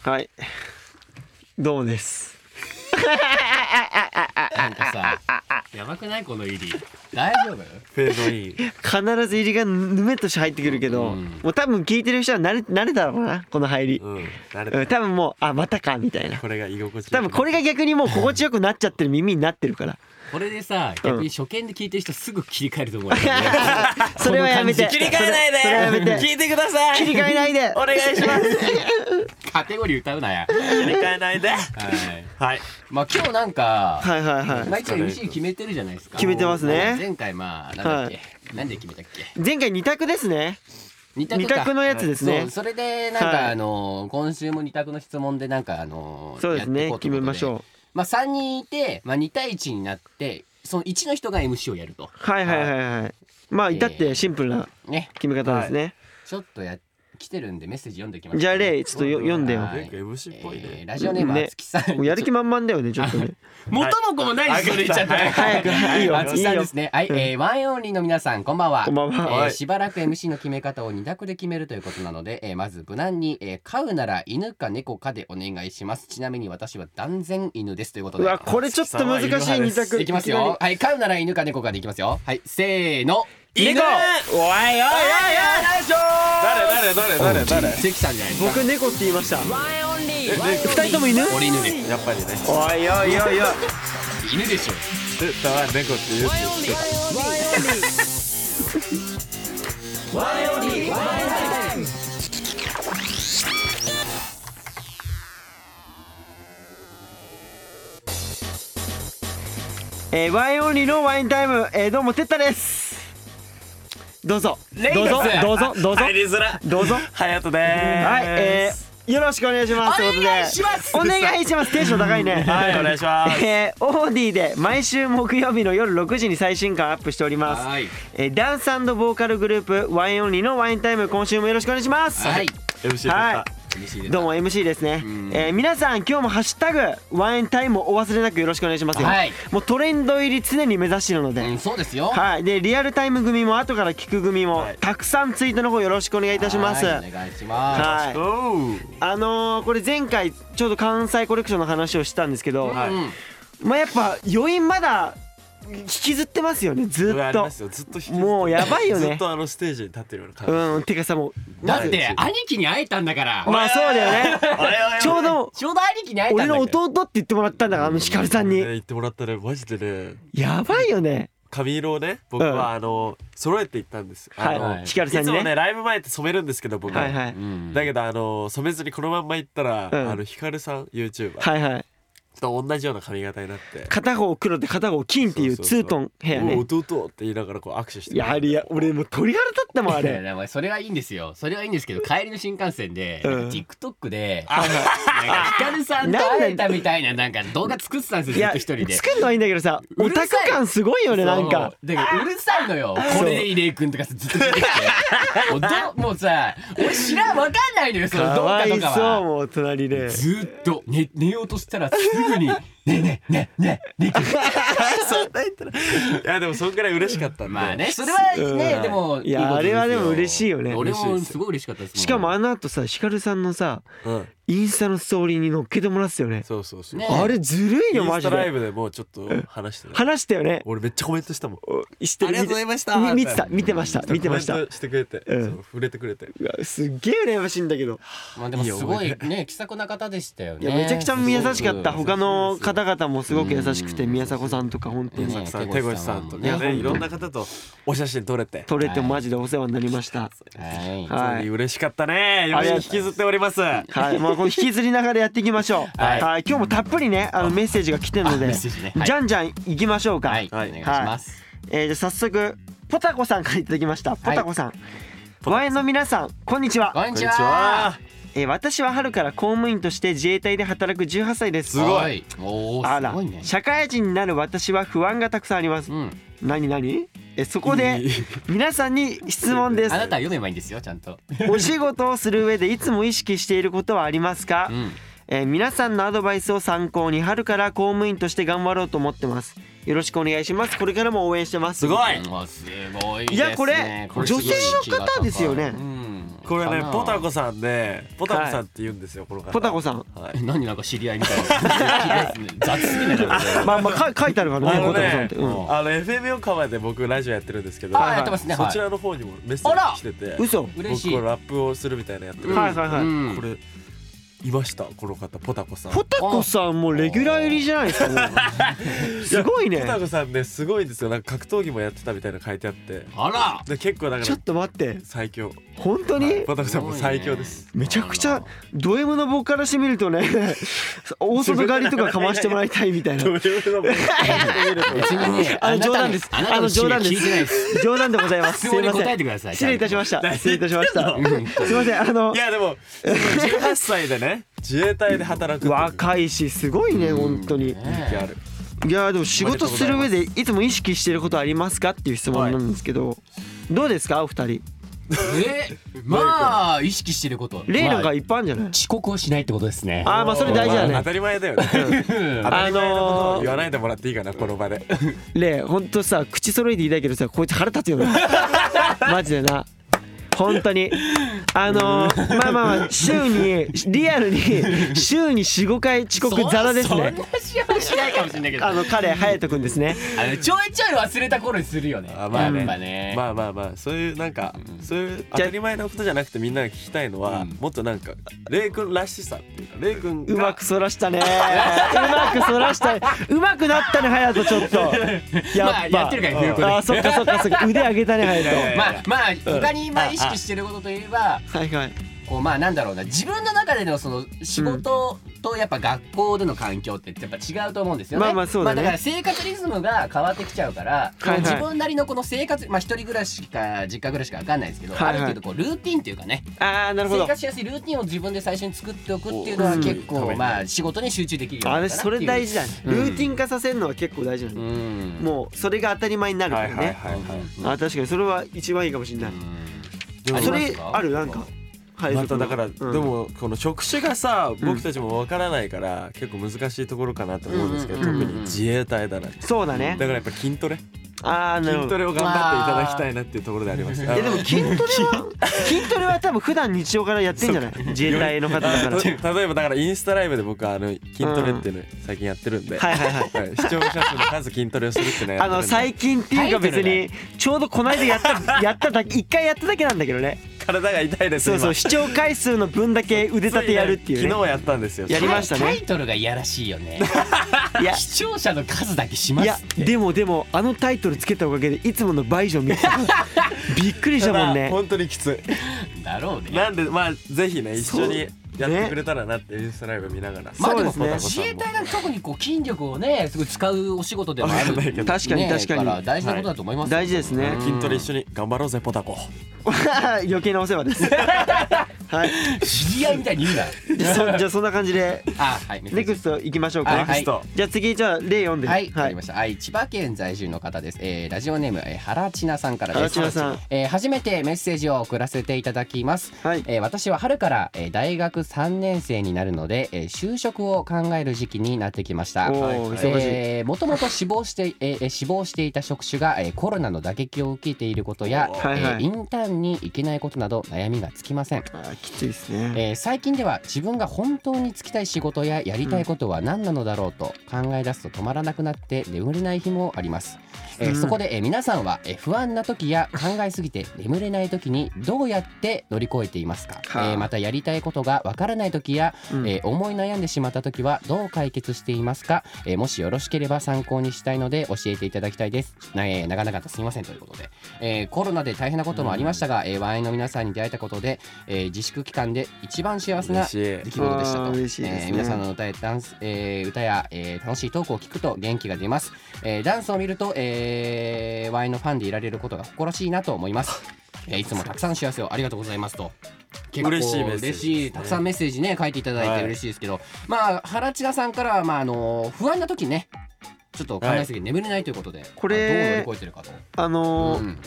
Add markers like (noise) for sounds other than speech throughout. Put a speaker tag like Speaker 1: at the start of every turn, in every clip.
Speaker 1: はい。どうもです。
Speaker 2: なんかさ、やばくないこの入り。大丈夫フェードイン。
Speaker 1: 必ず入りがぬめっとして入ってくるけど、
Speaker 2: うん
Speaker 1: もう多分聞いてる人は慣れ慣れたろうなこの入り、
Speaker 3: うん、慣れ
Speaker 1: うん、
Speaker 3: た。
Speaker 1: 多分もうあまたかみたいな
Speaker 3: これが居心地いい。
Speaker 1: 多分これが逆にもう心地よくなっちゃってる耳になってるから
Speaker 2: これでさ、逆に初見で聞いてる人すぐ切り替えると思うよね。
Speaker 1: それはやめて
Speaker 2: この感じ
Speaker 3: 切り替えないで。
Speaker 1: それそれはやめ
Speaker 3: (laughs)
Speaker 1: て
Speaker 3: 聞いてください。
Speaker 1: 切り替えないで
Speaker 3: お願い (laughs) します。
Speaker 2: カテゴリー歌うなや。
Speaker 3: 切り替えないで。
Speaker 2: はい。
Speaker 3: はい。
Speaker 2: まあ今日なんか、
Speaker 1: はいはいは
Speaker 2: まあ一応 MC 決めてるじゃないですか。
Speaker 1: 決めてますね
Speaker 2: 前回まあなんだっけ、なんで決めたっけ。
Speaker 1: い前回2択ですね
Speaker 2: 二
Speaker 1: 2
Speaker 2: か
Speaker 1: 択のやつですね
Speaker 2: そうそれでなんか、
Speaker 1: はい
Speaker 2: あのー今週も二択の質問でなんかあのー
Speaker 1: そうですね
Speaker 2: やっていこ
Speaker 1: 決めまし
Speaker 2: うとい
Speaker 1: ょ
Speaker 2: うこ
Speaker 1: う
Speaker 2: とで。まあ三人いて、まあ二対一になって、その一の人が MC をやると。
Speaker 1: はいはいはいはいまあ至ってシンプルな
Speaker 2: ね、
Speaker 1: 決め方ですね、
Speaker 2: ちょっとや来てるんでメッセージ読んでいきます、
Speaker 1: じゃあレイちょっとよ読んでよ
Speaker 2: はい
Speaker 3: なんか MC っぽいね
Speaker 2: えーラジオネーム
Speaker 1: ね
Speaker 2: あつきさん。
Speaker 1: もうやる気満々だよねちょっとね
Speaker 2: (laughs) 元も子もないですよね、
Speaker 3: はい
Speaker 2: 言っちゃった
Speaker 1: 早くいいよ
Speaker 2: あつ
Speaker 1: い
Speaker 2: き
Speaker 1: い
Speaker 2: さん
Speaker 1: よ
Speaker 2: ですね。はい、えーワンエンオンリーの皆さん、こんばんは。
Speaker 1: こんばんは
Speaker 2: えー
Speaker 3: はい
Speaker 2: しばらく MC の決め方を2択で決めるということなので、えーまず無難に、えー飼うなら犬か猫かでお願いします。ちなみに私は断然犬ですということ
Speaker 1: う
Speaker 2: で。
Speaker 1: わこれちょっと難しい2択
Speaker 2: いきます
Speaker 1: なり
Speaker 2: よ。はい、飼うなら犬か猫かでいきますよ。はい、せーの。
Speaker 3: 犬
Speaker 2: おいおいおいおいおいしょ
Speaker 3: 誰誰誰誰誰。
Speaker 2: 関さんじゃないですか。
Speaker 1: 僕猫って言いました
Speaker 2: 二
Speaker 1: 人とも犬
Speaker 2: 俺犬です
Speaker 3: やっぱりね。
Speaker 1: おいおいおいおい
Speaker 2: 犬でしょ
Speaker 3: 絶対猫って言うって言って
Speaker 1: えー、ワインオンリーのワインタイム、えー、どうもテッタですどうぞ
Speaker 2: レイ
Speaker 1: どう
Speaker 2: です
Speaker 1: ぞどうぞどうぞ
Speaker 3: 入りづら。
Speaker 1: どうぞ
Speaker 3: ハヤトで
Speaker 1: はいえ
Speaker 3: ーす。
Speaker 1: ー、よろしくお願いしますということで
Speaker 2: お願いします
Speaker 1: お願いしますテンション高いね
Speaker 3: はい、お願いしま
Speaker 1: (laughs)
Speaker 3: す。
Speaker 1: えー、オーディで毎週木曜日の夜6時に最新刊アップしております、
Speaker 2: はい
Speaker 1: えー、ダンスボーカルグループワインオンリーのワインタイム今週もよろしくお願いします
Speaker 2: はい
Speaker 3: MC
Speaker 1: は
Speaker 3: だ
Speaker 1: い
Speaker 2: 嬉しいです
Speaker 1: どうも MC ですね
Speaker 2: ん、
Speaker 1: えー皆さん今日も「ハッシュタグワインタイム」をお忘れなくよろしくお願いしますよ、
Speaker 2: はい
Speaker 1: もうトレンド入り常に目指しているので、
Speaker 2: うんそうですよ
Speaker 1: はい、でリアルタイム組も後から聞く組も、
Speaker 3: はい
Speaker 1: たくさんツイートの方よろしくお願いいたします。
Speaker 2: はい
Speaker 1: は
Speaker 2: お
Speaker 1: い、
Speaker 2: 願いしま
Speaker 3: おう。
Speaker 1: あのーこれ前回ちょうど関西コレクションの話をしたんですけど、
Speaker 3: はい
Speaker 2: すうん
Speaker 1: まあやっぱ余韻まだ引きずってますよねず
Speaker 3: 上あ
Speaker 1: っ
Speaker 3: り
Speaker 1: と
Speaker 3: ま。すよずっと引きずって
Speaker 1: もうやばいよ
Speaker 3: ず
Speaker 1: ね
Speaker 3: っ。とあのステージに立ってるような感じ。
Speaker 1: うん、てかさもう
Speaker 2: だって兄貴に会えたんだから
Speaker 1: まあそうだよね。
Speaker 3: あれは
Speaker 1: ちょうど
Speaker 2: ちょうど兄貴に会えた
Speaker 1: 俺
Speaker 2: んだ
Speaker 1: の
Speaker 2: けど
Speaker 1: 弟って言ってもらったんだからあのヒカルさん
Speaker 3: ね
Speaker 1: に
Speaker 3: 言ってもらったらマジでね
Speaker 1: やばいよね。
Speaker 3: 髪色をね僕
Speaker 1: うん
Speaker 3: はあの揃えていったんですよ。あの
Speaker 1: はい、ヒカルさん
Speaker 3: いつ
Speaker 1: に
Speaker 3: もね
Speaker 1: ね。
Speaker 3: ライブ前って染めるんですけど僕
Speaker 1: はいはい
Speaker 2: うん
Speaker 3: だけどあの染めずにこのまんま行ったら、
Speaker 1: うん
Speaker 3: あのヒカルさん YouTuber、
Speaker 1: はいはい。
Speaker 3: と同じような髪型になって
Speaker 1: 片方黒で片方金っていう
Speaker 3: そう
Speaker 1: ツ
Speaker 3: そうそ
Speaker 1: ート
Speaker 3: う
Speaker 1: ン部屋
Speaker 3: お
Speaker 1: ね
Speaker 3: う。弟って言いながらこう握手して
Speaker 1: やはりや俺もう鳥肌立ったもんあ
Speaker 2: いや
Speaker 1: れ
Speaker 2: い。やまあそれはいいんですよそれはいいんですけど帰りの新幹線で
Speaker 1: う
Speaker 2: なん
Speaker 1: ん
Speaker 2: か TikTok でなんかヒカルさんと会えたみたいななんか動画作ってたんです
Speaker 1: いや
Speaker 2: よずっと一人で
Speaker 1: 作るのはいいんだけどさ
Speaker 2: う
Speaker 1: オ
Speaker 2: るさい
Speaker 1: タク感すごいよねなんか
Speaker 2: そうだからうるさいのよこれで入江君とかさずっと出てきて
Speaker 1: (laughs)
Speaker 2: もうどもうさ俺知らんわかんないのよその
Speaker 1: か
Speaker 2: 動画
Speaker 1: わ
Speaker 2: と
Speaker 1: い
Speaker 2: か
Speaker 1: そう
Speaker 2: は
Speaker 1: もう隣で
Speaker 2: ずーっと寝寝ようとしたらすぐに「ねえねえねえねえね
Speaker 3: (laughs) そんな言ったらいやでもそんくらい嬉しかったん
Speaker 2: え」
Speaker 3: で
Speaker 2: まあねそれはね、
Speaker 1: うん
Speaker 2: でも
Speaker 1: いや
Speaker 2: ことですよ
Speaker 1: あれはでも嬉しいよね
Speaker 2: 俺
Speaker 3: 嬉しい
Speaker 2: も
Speaker 3: です
Speaker 2: すごい嬉しかったです
Speaker 1: しかもあの後さヒカルさんのさ
Speaker 3: うん
Speaker 1: インスタのストーリーに乗っけてもらってたよね
Speaker 3: そうそうそう、
Speaker 2: ね
Speaker 1: あれずるいよ
Speaker 3: イン
Speaker 1: マ
Speaker 3: ス
Speaker 1: ジ
Speaker 3: タライ
Speaker 1: で
Speaker 3: ブでもうちょっと話してた
Speaker 1: 話したよね
Speaker 3: 俺めっちゃコメントしたもん
Speaker 1: おして
Speaker 3: ありがとうございました
Speaker 1: み見てた見てました見てました
Speaker 3: コメントしてくれて、
Speaker 1: うん
Speaker 3: そう触れてくれて
Speaker 1: うわすっげえ羨ましいんだけど
Speaker 2: まあでもすご
Speaker 3: いい
Speaker 2: い
Speaker 3: よ
Speaker 2: ね気さくな方でしたよ
Speaker 1: い
Speaker 2: ね
Speaker 1: やめちゃくちゃ優しかった
Speaker 2: すごく
Speaker 1: 他の方々もすごく優しくて宮迫さんとか本当
Speaker 2: ね
Speaker 1: に
Speaker 3: 宮迫さん
Speaker 2: 手
Speaker 3: 手
Speaker 2: 越
Speaker 3: 越
Speaker 2: さ
Speaker 3: さ
Speaker 2: ん
Speaker 3: ん
Speaker 2: も
Speaker 3: と
Speaker 2: ね
Speaker 3: かね
Speaker 2: 本当に
Speaker 3: いろんな方とお写真撮れて
Speaker 1: 撮れてマジでお世話になりました
Speaker 2: はい
Speaker 1: はい
Speaker 3: 本当に嬉しかったね
Speaker 1: ありがとう
Speaker 3: 引きずっております
Speaker 1: はい、まあ、この引きずりながらやっていきましょう。
Speaker 2: (laughs) は
Speaker 1: はいい、今日もたっぷりね、あのメッセージが来てるの
Speaker 2: あ
Speaker 1: で、
Speaker 2: メッセージねはい
Speaker 1: じゃんじゃん行きましょうか。
Speaker 2: はいお願いします
Speaker 1: えーじゃあ早速、ポタコさんからいただきました。ポタコさん。ワインの皆さん、こんにち
Speaker 2: こ
Speaker 1: は。
Speaker 2: ん
Speaker 3: こ
Speaker 2: に
Speaker 3: んに
Speaker 2: ち
Speaker 3: ち
Speaker 2: は
Speaker 3: は
Speaker 1: えー私は春から公務員として自衛隊で働く18歳です。
Speaker 3: すごい
Speaker 2: いおお
Speaker 1: あ
Speaker 2: す
Speaker 1: ら
Speaker 2: ごい、ね
Speaker 1: 社会人になる私は不安がたくさんあります。
Speaker 2: うん
Speaker 1: 何何えそこで
Speaker 3: いい
Speaker 1: 皆さんに質問で
Speaker 2: あ
Speaker 1: す
Speaker 2: なたは読めばいいんですよちゃんと
Speaker 1: お仕事をする上でいつも意識していることはありますか、
Speaker 2: うん
Speaker 1: えー皆さんのアドバイスを参考に春から公務員として頑張ろうと思ってますよろしくお願いしますこれから
Speaker 2: (laughs)
Speaker 1: も応援してます
Speaker 3: すごい
Speaker 2: うんわすごいですね
Speaker 1: いやこれ
Speaker 2: すごい
Speaker 1: 女性の方ですよね
Speaker 2: うん
Speaker 3: これ
Speaker 2: か
Speaker 3: ね
Speaker 2: な
Speaker 3: ポタコさんねポタコさんって言うんですよ、この方
Speaker 1: ポタコさん
Speaker 3: はい
Speaker 2: 何なんか知り合いみたいな雑すぎないか
Speaker 1: まあまあか書いてあるからね
Speaker 3: あ
Speaker 1: ポ
Speaker 3: の
Speaker 1: タコさん
Speaker 3: ね
Speaker 1: って、うん、
Speaker 3: あの FM 横浜で僕ラジオやってるんですけど、
Speaker 2: ああやってますね
Speaker 3: そ
Speaker 2: は
Speaker 3: ち
Speaker 2: い
Speaker 3: らの方にもメッセ
Speaker 2: あら
Speaker 3: ージ来てて
Speaker 1: 嘘
Speaker 2: 嬉しい
Speaker 3: 僕ラップをするみたいなやってる、
Speaker 1: うんはいはいはい
Speaker 2: うん
Speaker 3: これいましたこの方ポタコさん
Speaker 1: ポ
Speaker 3: ポ
Speaker 1: タコさんもレギュラー入りじゃないですかもうすごいね
Speaker 3: タコさんねすごいんですよなんか格闘技もやってたみたいなの書いてあって
Speaker 2: あら
Speaker 3: で結構だか
Speaker 1: ちょ
Speaker 3: ら
Speaker 1: っと待って
Speaker 3: 最強
Speaker 1: 本当に
Speaker 3: ポタコさんも最強です
Speaker 1: めちゃくちゃド M の僕からしてみると
Speaker 2: (laughs)
Speaker 1: ね大外刈りとかかましてもらいたいみたいな
Speaker 3: ド M の僕から見ると
Speaker 2: 別にね
Speaker 1: あの
Speaker 2: なた
Speaker 1: 冗談です
Speaker 2: (laughs) あなた
Speaker 1: あの
Speaker 2: の
Speaker 1: 冗
Speaker 2: 冗
Speaker 1: 談
Speaker 2: 談
Speaker 1: で
Speaker 2: ですす聞いてないです
Speaker 1: 冗談でございます
Speaker 2: (laughs) 質
Speaker 1: すい
Speaker 2: 問に
Speaker 1: ま
Speaker 2: 答
Speaker 1: せ
Speaker 2: え
Speaker 1: ん
Speaker 2: てください
Speaker 1: 失礼いたしました失礼いたしました
Speaker 2: (laughs)
Speaker 1: すいませんあの
Speaker 3: いや
Speaker 1: (laughs)
Speaker 3: でも18歳でね自衛隊で働くっていう
Speaker 1: 若いしすごいね本当に
Speaker 3: 勇気ある
Speaker 1: いやーでも仕事する上でいつも意識してることありますかっていう質問なんですけど、どうですかお二人
Speaker 2: えまあ意識してること
Speaker 1: 例の
Speaker 2: ま
Speaker 1: が
Speaker 2: あ
Speaker 1: いっぱいあるんじゃない、
Speaker 2: 遅刻をしないってことですね
Speaker 1: あーまあそれ大事だ
Speaker 3: まあ
Speaker 1: ね
Speaker 3: 当たり前だよね (laughs) 当たり前のことを言わないでもらっていいかなこの場で
Speaker 1: 例ほんとさ口揃えて言いたいけどさこいつ腹立つよ
Speaker 2: (laughs)
Speaker 1: ねマジでな本当にあのー、まあまあまあ週にリアルに週に45回遅刻ザラですね
Speaker 2: そんなしはしないかもしれないけど
Speaker 1: あの彼隼人君ですね
Speaker 2: あのちょいちょい忘れた頃にするよね。
Speaker 3: あまあね
Speaker 2: やっぱね。
Speaker 3: まあまあまあそういうなんか、そういう当たり前のことじゃなくてみんなが聞きたいのは、
Speaker 2: うん
Speaker 3: もっとなんかレイ君らしさっていうかレイ君
Speaker 1: うま
Speaker 3: が
Speaker 1: くそらした
Speaker 2: (laughs)
Speaker 1: ねうまくそらしたうまくなったね隼人
Speaker 2: (laughs)
Speaker 1: ちょっとやっぱ、
Speaker 2: まあやってるから冬子で
Speaker 1: あーそっかそっかそっか腕上げたね隼人
Speaker 3: いやい
Speaker 2: まあ、まあ、他にまあ意識してることといえば、
Speaker 1: はいはい
Speaker 2: こうまあなんだろうな、自分の中でのその仕事とやっぱ学校での環境ってやっぱ違うと思うんですよね。
Speaker 1: まあまあそうだね
Speaker 2: だから生活リズムが変わってきちゃうから、
Speaker 1: はいはい
Speaker 2: 自分なりのこの生活、まあ一人暮らしか実家暮らしかわかんないですけど、
Speaker 1: はいはい
Speaker 2: ある程度こうルーティンっていうかね、
Speaker 1: ああなるほ
Speaker 2: 生
Speaker 1: ど
Speaker 2: 活しやすいルーティンを自分で最初に作っておくっていうのは
Speaker 1: うん
Speaker 2: 結
Speaker 3: ため
Speaker 2: 構
Speaker 3: に
Speaker 2: まあ仕事に集中できるように
Speaker 1: あれ
Speaker 2: なるかなって
Speaker 1: そ
Speaker 2: いう。
Speaker 1: れ大事だね、
Speaker 2: うん
Speaker 1: ルーティン化させるのは結構大事な
Speaker 2: う
Speaker 1: の、
Speaker 2: ん。
Speaker 1: もうそれが当たり前になるか
Speaker 3: は
Speaker 1: ら
Speaker 3: い
Speaker 1: ね、
Speaker 3: はいはいはい、
Speaker 2: うん
Speaker 1: あ確かにそれは一番いいかもしれない、
Speaker 3: で
Speaker 2: う
Speaker 3: も
Speaker 2: ん
Speaker 1: そ
Speaker 2: ありま
Speaker 1: れ
Speaker 2: すか
Speaker 1: あるなんかはい
Speaker 3: まただから、
Speaker 1: うん
Speaker 3: でもこの職種がさ
Speaker 1: ん
Speaker 3: 僕たちもわからないから、結構難しいところかなと思うんですけど、
Speaker 2: うんうんうんうん
Speaker 3: 特に自衛隊だな
Speaker 1: そうだね
Speaker 3: だ、からやっぱ筋トレ
Speaker 1: ああなるほ
Speaker 3: 筋
Speaker 1: ど
Speaker 3: トレを頑張っていただきたいなっていうところであります
Speaker 2: う
Speaker 3: い
Speaker 2: ん
Speaker 1: いやでも筋トレは筋トレは多分普段日常からやってんじゃない自衛隊の方だからはい
Speaker 3: (laughs) 例えばだからインスタライブで僕はあの筋トレっていうの最近やってるんで、
Speaker 1: はいはい
Speaker 3: はい視聴者数の数筋トレをするってね
Speaker 1: あの最
Speaker 3: 近
Speaker 1: 近っていうか別
Speaker 2: タイ
Speaker 1: にちょうどこの間やった (laughs) やっただけ一回やっただけなんだけどね
Speaker 3: 体が痛いです
Speaker 1: そうそう視聴回数の分だけ腕立てやるっていうね
Speaker 3: 昨日やったんですよ
Speaker 1: やりましたね
Speaker 2: タイタイトルがいやらしいよね。
Speaker 1: (laughs) いや
Speaker 2: 視聴者の数だけしま
Speaker 1: い
Speaker 2: す
Speaker 1: や
Speaker 2: って。
Speaker 1: でもでもあのタイトルつけたおかげでいつもの倍以上見てたびっくりしたもん
Speaker 3: ただ
Speaker 1: ね
Speaker 3: 本当にきつ
Speaker 2: だろうね。
Speaker 3: いなんでまあぜひね一緒に
Speaker 1: そ
Speaker 3: や
Speaker 1: う
Speaker 3: ってくれたらなってインスタライブ見ながら
Speaker 2: まあで
Speaker 1: そう
Speaker 2: も
Speaker 1: ですね
Speaker 2: 自衛隊が特にこう筋力をねすごい使うお仕事でもあ
Speaker 3: わかんないけ
Speaker 2: る
Speaker 3: ど
Speaker 1: (laughs) 確かに
Speaker 2: ね
Speaker 1: 確かに
Speaker 2: だら大事なことだと思いますよ、
Speaker 1: 大事ですね
Speaker 3: 筋トレ一緒に頑張ろうぜポタコ
Speaker 1: (laughs) 余計なお世話ですはい
Speaker 2: 知り合いみたいに言
Speaker 1: (laughs)
Speaker 2: うな
Speaker 1: じゃあそじゃあそんな感じで
Speaker 2: あはいメッセー
Speaker 1: ネ
Speaker 2: ジ
Speaker 1: クスト行きましょうか、
Speaker 2: はいは
Speaker 1: ネ
Speaker 2: い
Speaker 1: クストじゃあ次じゃあ例読んで
Speaker 2: はい、わ、かりました。はい、千葉県在住の方です。えー、ラジオネーム、えー、原千奈さんからです。
Speaker 1: 原千奈さん
Speaker 2: えー、初めてメッセージを送らせていただきます。
Speaker 1: はい
Speaker 2: えー、私は春から、えー、大学3年生になるので、えー、就職を考える時期になってきました。
Speaker 1: おー
Speaker 2: はい
Speaker 1: 忙しい
Speaker 2: えー、もともと死亡して、えーえー、死亡していた職種が、えー、コロナの打撃を受けていることや、
Speaker 3: おー
Speaker 1: はいはい
Speaker 2: えーインターンに行けないことなど悩みがつきません。
Speaker 1: あーきついですね、
Speaker 2: えー最近では自分が本当に就きたい仕事ややりたいことは何なのだろうと考え出すと止まらなくなって眠れない日もあります、えー
Speaker 1: うん
Speaker 2: そこで、えー皆さんは、えー不安な時や考えすぎて眠れない時にどうやって乗り越えていますか、
Speaker 1: はあ
Speaker 2: えーまたやりたいことがわからない時や、
Speaker 1: うん
Speaker 2: えー思い悩んでしまった時はどう解決していますか、えーもしよろしければ参考にしたいので教えていただきたいです、なえー長々とすみませんということで、えーコロナで大変なこともありましたが、えーワンエンの皆さんに出会えたことで、えー自粛期間で一番幸せな
Speaker 3: 嬉し
Speaker 2: 出
Speaker 3: い
Speaker 2: 来事でした
Speaker 1: あ
Speaker 2: と
Speaker 1: ー嬉しいですね
Speaker 2: えー皆さんの歌やダンス、えー歌や、えー楽しいトークを聞くと元気が出ます、えーダンスを見ると、えーワンエンのファンでいられることが誇らしいなと思います、えーいつもたくさんの幸せをありがとうございますと結構
Speaker 3: 嬉しいメッセージですね
Speaker 2: 嬉しいたくさんメッセージね書いていただい
Speaker 3: は
Speaker 2: て
Speaker 3: い
Speaker 2: 嬉しいですけど、まあ原千奈さんからはまああの不安な時ねちょっと考えすぎて眠れないということで、
Speaker 1: これ
Speaker 2: まあどう乗り越えてるかと、
Speaker 1: あのー
Speaker 2: うん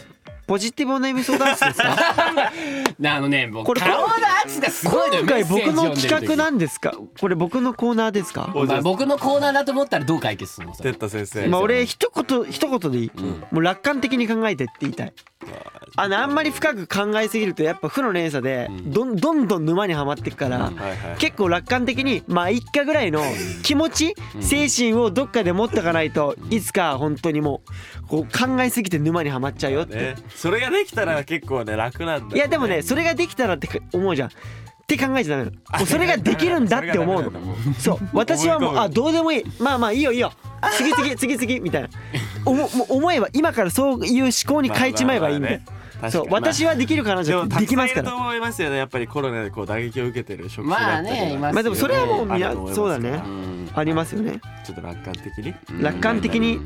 Speaker 1: ポジティブお悩み相談室ですか
Speaker 2: なん (laughs) なあのね僕
Speaker 1: これ
Speaker 2: 顔の圧がすごいのよ
Speaker 1: 今回
Speaker 2: メッセ
Speaker 1: 僕の
Speaker 2: ージ読んでる時
Speaker 1: 企画なんですかこれ僕のコーナーですか
Speaker 3: お
Speaker 2: まあ僕のコーナーだと思ったらどう解決するのそれ
Speaker 3: 哲太先生、
Speaker 1: まあ俺一言一言でいい、
Speaker 2: ん
Speaker 1: もう楽観的に考えてって言いたいあのあんまり深く考えすぎるとやっぱ負の連鎖で
Speaker 2: うん
Speaker 1: どんどんどん沼にはまっていくから、
Speaker 2: うん
Speaker 3: はいはい
Speaker 1: 結構楽観的にまあ一家ぐらいの気持ち、
Speaker 2: うん
Speaker 1: 精神をどっかで持ってかないといつか本当にもうこう考えすぎて沼にはまっちゃうよって、
Speaker 3: ね、それができたら結構ね楽なんだよね
Speaker 1: いやでもねそれができたらってか思うじゃんって考えちゃダメなのもうそれができるんだって思う
Speaker 3: それがダメなんだ
Speaker 1: の
Speaker 3: もう
Speaker 1: そう私はもう
Speaker 3: 思い込む
Speaker 1: あどうでもいいまあまあいいよいいよ次々次々みたい
Speaker 3: (laughs)
Speaker 1: なおももう思えば今からそういう思考に変えちまえばいいんだよ
Speaker 3: まあまあまあね
Speaker 1: そう
Speaker 3: 確かに
Speaker 1: 私はできるからじ
Speaker 3: で
Speaker 1: ゃ
Speaker 3: もた
Speaker 1: でき
Speaker 3: くさん
Speaker 1: ま
Speaker 3: い
Speaker 1: すか
Speaker 3: ると
Speaker 1: ら
Speaker 3: 思いますよねやっぱりコロナでこう打撃を受けてる職種
Speaker 2: ま
Speaker 3: だ
Speaker 2: あ
Speaker 3: ったり
Speaker 2: ねいますよね
Speaker 1: まあでもそれはもうみん
Speaker 3: あ
Speaker 1: な
Speaker 3: ると思います
Speaker 1: そうだね
Speaker 2: うん
Speaker 1: ありますよね
Speaker 3: ちょっと楽観的に
Speaker 1: 楽観的に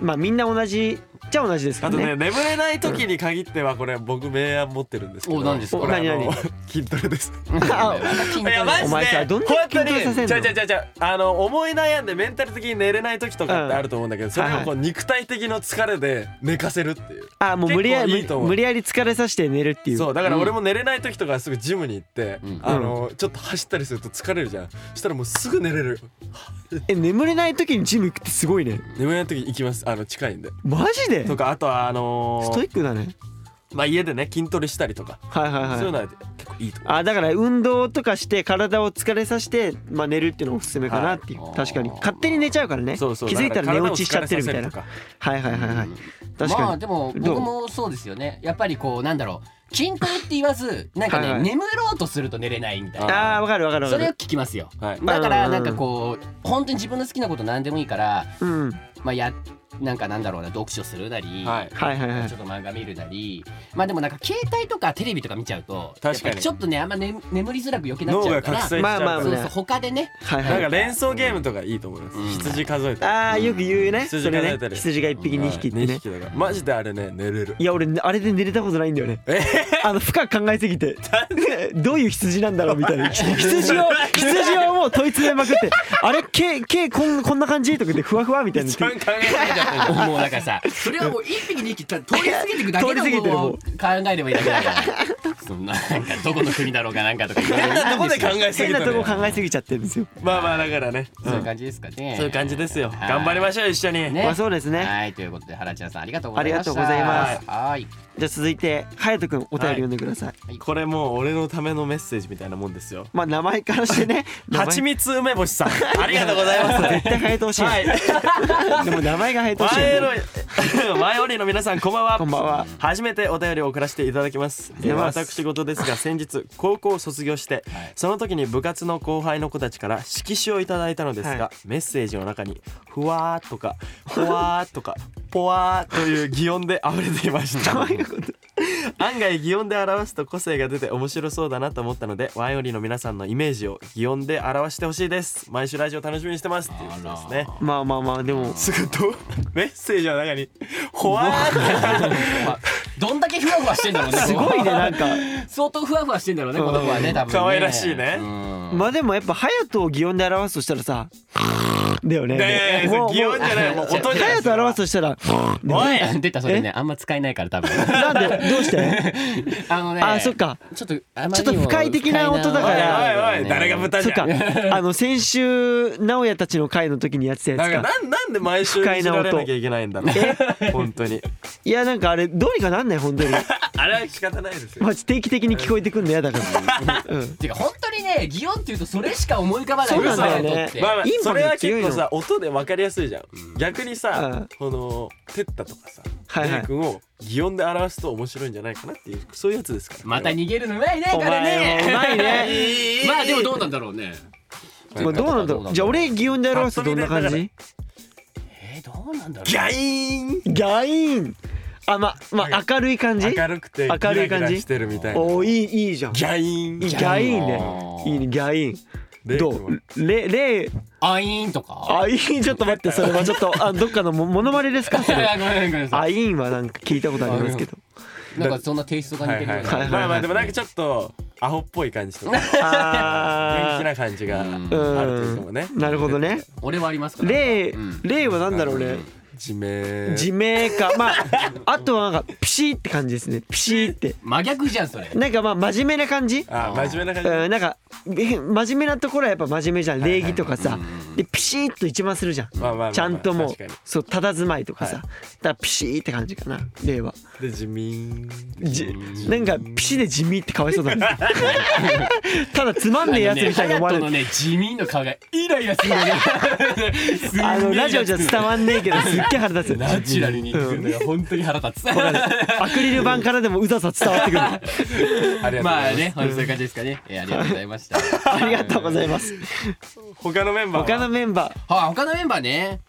Speaker 1: まあみんな同じじゃ同じですか
Speaker 3: あ
Speaker 1: ら
Speaker 3: とね
Speaker 1: ね
Speaker 3: 眠れない時に限ってはこれ僕明暗持ってるんですけど
Speaker 2: お何ですか
Speaker 3: これあの
Speaker 1: 何何
Speaker 3: 筋ト
Speaker 2: (laughs)
Speaker 3: レです
Speaker 1: あ
Speaker 3: いやマジで
Speaker 1: お前さどんだけ筋トレさせんの
Speaker 3: こうやってね違う違う違うあの思い悩んでメンタル的に寝れない時とかってあると思うんだけど、それをこう肉体的の疲れで寝かせるっていう
Speaker 1: あもう無理や
Speaker 3: 結構
Speaker 1: り
Speaker 3: いいと思う
Speaker 1: 無理やり疲れさせて寝るっていう
Speaker 3: そうだから俺も寝れない時とかすぐジムに行って、
Speaker 2: うん
Speaker 3: あのちょっと走ったりすると疲れるじゃんそしたらもうすぐ寝れる
Speaker 1: え眠れない時にジム行くってすごいね
Speaker 3: 眠れない時行きますあの近いんで
Speaker 1: マジで
Speaker 3: とかあとはあのー
Speaker 1: ストイックだね
Speaker 3: まあ、家でね筋トレしたりとか、
Speaker 1: はいはいはい
Speaker 3: そういうのは結構いいと思う
Speaker 1: あだから運動とかして体を疲れさせて、まあ、寝るっていうのがおすすめかなっていう、
Speaker 2: はい
Speaker 1: 確かに
Speaker 2: あー
Speaker 1: 勝手に寝ちゃうからね
Speaker 3: そうそう
Speaker 1: 気づいたら寝
Speaker 3: だか
Speaker 1: 落ちしちゃってるみたいな
Speaker 3: 体を疲れさせる
Speaker 1: はいはいはいはい、
Speaker 2: うん
Speaker 1: 確かに、
Speaker 2: まあでも
Speaker 1: どう
Speaker 2: 僕もそうですよねやっぱりこうなんだろう筋トレって言わずなんかね、
Speaker 1: はいはい
Speaker 2: 眠ろうとすると寝れないみたいな
Speaker 1: あーわかるわかるわ
Speaker 2: そ
Speaker 1: か
Speaker 2: れを
Speaker 1: る
Speaker 2: 聞きますよ
Speaker 3: とかはい、
Speaker 2: だか
Speaker 1: う
Speaker 2: ら
Speaker 1: ん
Speaker 2: なんかこう本当に自分の好きなこと何でもいいから
Speaker 1: うんはい
Speaker 2: まあやなんかなんだろうな読書するなり、
Speaker 3: はい
Speaker 1: はいはい
Speaker 2: ちょっと漫画見るなりまあでもなんか携帯とかテレビとか見ちゃうと
Speaker 3: 確かに
Speaker 2: やっぱりちょっとねあんま、ね、眠りづらくよくなっちゃうから
Speaker 3: 脳が覚醒しちゃう
Speaker 1: まあまあ
Speaker 2: そうそう他でね
Speaker 1: はい
Speaker 3: なん
Speaker 1: は
Speaker 3: か
Speaker 1: い
Speaker 3: 連想ゲームとかいいと思います、
Speaker 2: うん
Speaker 3: 羊数えた
Speaker 1: ああよく言うよねそ
Speaker 3: 羊
Speaker 1: れ
Speaker 3: 数え
Speaker 1: ね
Speaker 3: たり
Speaker 1: 羊が1匹2匹って
Speaker 3: はい二
Speaker 1: ね
Speaker 3: 匹だからマジであれね寝れる
Speaker 1: いや俺あれで寝れたことないんだよね
Speaker 3: え
Speaker 1: あの深く考えすぎて (laughs) どういう羊なんだろうみたい
Speaker 3: (laughs)
Speaker 1: な羊を羊をもう問い詰めまくってあれ毛毛こんこんな感じとか言ってふわふわみたいな
Speaker 3: 一番考えすぎちゃってる
Speaker 2: もうだからさそれはもう一匹二匹た通り過ぎてくだけ
Speaker 1: 通り過
Speaker 2: で
Speaker 1: ぎてる
Speaker 2: も
Speaker 1: も
Speaker 2: う考えればいいだけだからそんななんかどこの国だろうかなんかとかいろいろ
Speaker 3: 変なとこで考えすぎ
Speaker 1: 変
Speaker 3: た
Speaker 1: な
Speaker 3: ね
Speaker 1: とこ考えすぎちゃってるんですよ
Speaker 3: まあまあだからね、う
Speaker 2: そ
Speaker 3: ん
Speaker 2: ういう感じですかね
Speaker 3: そういう感じですよ
Speaker 2: はい
Speaker 3: 頑張りましょう一緒に、
Speaker 2: ね
Speaker 1: まあそうですね
Speaker 2: はいということで原ちゃんさんありがとうございまし
Speaker 1: ありが
Speaker 2: た
Speaker 1: とうございます
Speaker 2: はい
Speaker 1: じゃあ続いて隼人君お便り読んでください、
Speaker 3: これもう俺のためのメッセージみたいなもんですよ
Speaker 1: まあ名前からして
Speaker 3: (laughs)
Speaker 1: ね名前
Speaker 3: 蜂蜜梅干しさんありがとうござい
Speaker 1: (laughs)
Speaker 3: ます
Speaker 1: 絶対隼人欲しい、
Speaker 3: はい
Speaker 1: (laughs) でも名前が隼人
Speaker 3: 前
Speaker 1: 欲しい
Speaker 3: の (laughs) 前折りの皆さんこんばんは
Speaker 1: こんばんは
Speaker 3: 初めてお便りを送らせていただきます
Speaker 1: りがとうございます
Speaker 3: 私事ですが先日高校を卒業して、
Speaker 2: はい
Speaker 3: その時に部活の後輩の子たちから色紙をいただいたのですが、
Speaker 1: は
Speaker 3: メッセージの中に「ふわー」とか「ほわー」とか (laughs) 「ぽわー」という擬音で溢れていました
Speaker 1: どういうこと
Speaker 3: 案外擬音で表すと個性が出て面白そうだなと思ったのでワイオリの皆さんのイメージを擬音で表してほしいです毎週ラジオ楽しみにしてますっていうことですね
Speaker 1: まあまあまあでも
Speaker 3: すぐと (laughs) メッセージの中に「ほ
Speaker 1: (laughs)
Speaker 3: わーって
Speaker 2: まあどんだけふわふわしてんだろうね
Speaker 1: すごい (laughs) ねなんか
Speaker 2: 相当ふわふわしてんだろうねこの子はね多分ね
Speaker 3: 可愛らしいね
Speaker 2: うん (laughs)
Speaker 1: まあでもやっぱ隼人を擬音で表すとしたらさだよね
Speaker 3: ねえ
Speaker 1: もう
Speaker 3: 擬音じゃない
Speaker 1: (laughs)
Speaker 3: もう音じゃない
Speaker 1: 隼人を表すとしたら
Speaker 3: おい
Speaker 2: 出たそれねあんま使えないから多分
Speaker 1: なんでどう
Speaker 3: (laughs)
Speaker 1: して
Speaker 2: あのね
Speaker 1: あそっか
Speaker 2: ちょっとあまりに
Speaker 1: ち
Speaker 2: も
Speaker 1: ょっと不快的な音だ
Speaker 3: おいお
Speaker 1: か
Speaker 3: い
Speaker 1: ら
Speaker 3: おい誰が豚
Speaker 1: そ
Speaker 3: じ
Speaker 1: っ
Speaker 3: ゃ
Speaker 1: か
Speaker 3: ん
Speaker 1: あの先週直哉たちの会の時にやってた
Speaker 3: なん
Speaker 1: や
Speaker 3: か
Speaker 1: つか
Speaker 3: なんなんで毎週いじられなきゃいけないんだろう (laughs) 本当に
Speaker 1: いやなんかあれどうにかなんない本当に
Speaker 3: あれは仕方ないですよ
Speaker 1: まあ定期的に聞こえてくんの嫌だから、
Speaker 3: (laughs)
Speaker 1: うん、
Speaker 2: てか本当にね擬音っていうとそれしか思い浮かばない
Speaker 1: そうなんだよね
Speaker 2: 嘘って
Speaker 3: まあまあ
Speaker 1: インパクト
Speaker 3: それは
Speaker 1: 強
Speaker 3: 結
Speaker 1: いの
Speaker 3: 構さ音で分かりやすいじゃん逆にさこのテッタとかさ
Speaker 1: はいはい
Speaker 3: レイ君を擬音で表すと面白いんじゃないかなっていうそういうやつですから
Speaker 2: また逃げるのうまいね
Speaker 1: お
Speaker 2: から
Speaker 1: 前もう
Speaker 2: ね
Speaker 1: まいね
Speaker 2: (laughs) まあでもどうなんだろうね
Speaker 1: まあどうなんだろうじゃあ俺擬音で表すとどんな感じ
Speaker 2: えー、どうなんだろう
Speaker 3: ギャイーン
Speaker 1: ガイーンあまあまあ明るい感じ
Speaker 3: 明るくてギ
Speaker 1: 明る
Speaker 3: ラ
Speaker 1: い
Speaker 3: ギ
Speaker 1: 感
Speaker 3: ラ
Speaker 1: じ
Speaker 3: してるみたいな
Speaker 1: おーいいいいじゃん
Speaker 3: ギャイ
Speaker 1: いいギ
Speaker 3: ーン
Speaker 1: ャイーン
Speaker 2: あ
Speaker 1: ね
Speaker 2: ー
Speaker 1: いいねギャイーン
Speaker 3: レイ
Speaker 1: ど
Speaker 3: 君は
Speaker 1: うレレイ
Speaker 2: あいーんとか
Speaker 1: あいいちょっと待ってそれはちょっとあどっかの (laughs) もモノマネですかそ (laughs)
Speaker 2: い
Speaker 1: れ
Speaker 2: やごめんごめんな
Speaker 1: あいいんはなんか聞いたことありますけど
Speaker 2: いなんかそんなテイストが似
Speaker 3: は
Speaker 2: て
Speaker 3: い
Speaker 2: る
Speaker 3: は
Speaker 2: よ
Speaker 3: い
Speaker 2: ね
Speaker 1: はい
Speaker 3: まあまあでもなんかちょっとアホっぽい感じとか元
Speaker 1: あ
Speaker 3: 気
Speaker 1: ー
Speaker 3: な感じがある
Speaker 1: う
Speaker 3: というかもね
Speaker 1: んなるほどね
Speaker 2: 俺はありますから
Speaker 1: レイ
Speaker 2: うん
Speaker 1: レイはなんだろうね
Speaker 3: 地名
Speaker 1: 地名かまああとはなんかピシーって感じですねピシーって
Speaker 2: 真逆じゃんそれ
Speaker 1: なんかまあ真面目な感じ
Speaker 3: あ真面目な感じ
Speaker 1: うんなんかえ真面目なところはやっぱ真面目じゃん礼儀とかさでピシッと一番するじゃん
Speaker 3: まあまあまあ
Speaker 1: ちゃんともう
Speaker 3: 確かに
Speaker 1: そう佇まいとかさだからピシーって感じかな礼は
Speaker 3: で地民
Speaker 1: じなんかピシで地味ってかわいそうだな (laughs) ただつまんねえやつみたいに思われ
Speaker 2: あの
Speaker 1: る
Speaker 2: ね隼人のね地味の顔がイライラするのねすんげえ
Speaker 1: あのラジオじゃ伝わんねえけどすっげえ腹立つ
Speaker 2: ナチュラルに言ってくるのが本当に腹立つ
Speaker 1: アクリル板からでもうざさ伝わってくる
Speaker 3: ありがとう
Speaker 2: (laughs)
Speaker 3: ご
Speaker 2: ま
Speaker 3: ざ
Speaker 2: あ
Speaker 3: います
Speaker 2: ねそういう感じですかねえーありがとうございました
Speaker 1: ありがとうございます
Speaker 3: 他のメンバーは
Speaker 1: 他のメンバー
Speaker 2: はあ他のメンバーね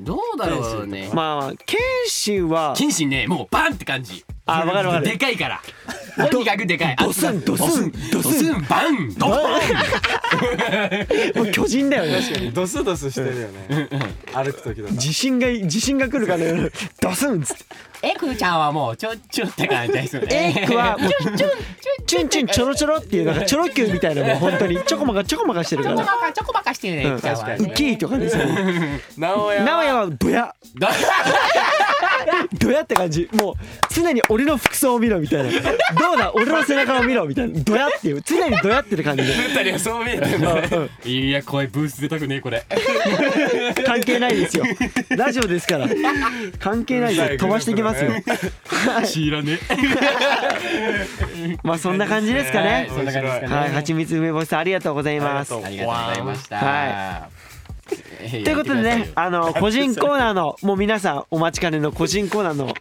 Speaker 2: どうだろうね
Speaker 1: まあまあ謙信は
Speaker 2: 謙信ねもうバンって感じ
Speaker 1: あわかるわかる
Speaker 2: でかいからとにかくでかい
Speaker 1: ドスンドスン
Speaker 2: ドスンバンド
Speaker 1: もう巨人だよね
Speaker 3: ドスドスしてるよね歩く時だと
Speaker 1: 地震が地震が来るかのようにドスンっつって
Speaker 2: エクちゃんはもうちょちょって感じですよね
Speaker 1: エイクはもうチュンチュンチョロチョロっていうなんかチョロ Q みたいなもう本当にちょこまかちょこまかしてるから
Speaker 2: ちょこまかしてる
Speaker 1: うん
Speaker 2: ちゃんは
Speaker 1: ウッ
Speaker 2: (laughs)
Speaker 1: キーとかですよね
Speaker 3: 直哉
Speaker 1: 直哉はドヤ
Speaker 2: だ
Speaker 1: ドヤって感じもう常に俺の服装を見ろみたいなどうだ俺の背中を見ろみたいなドヤっていう常にドヤってる感じで
Speaker 3: 二人はそう見えてんのね
Speaker 1: うん
Speaker 2: (laughs) いや怖いブース出たくねえこれ
Speaker 1: 関係ないですよラジオですから関係ないですよ飛ばしてきますよ
Speaker 2: 知らね
Speaker 1: まあそんな感じですか
Speaker 2: は
Speaker 1: ね
Speaker 2: いそんな感じですか
Speaker 1: (laughs)
Speaker 2: ね
Speaker 1: はいはちみつ梅干しさんありがとうございます
Speaker 3: ありがとう
Speaker 2: ありがとうございました
Speaker 1: は
Speaker 2: えー
Speaker 1: ということでね
Speaker 2: やってくださいよ
Speaker 1: あの個人コーナーのもう皆さんお待ちかねの個人コーナーの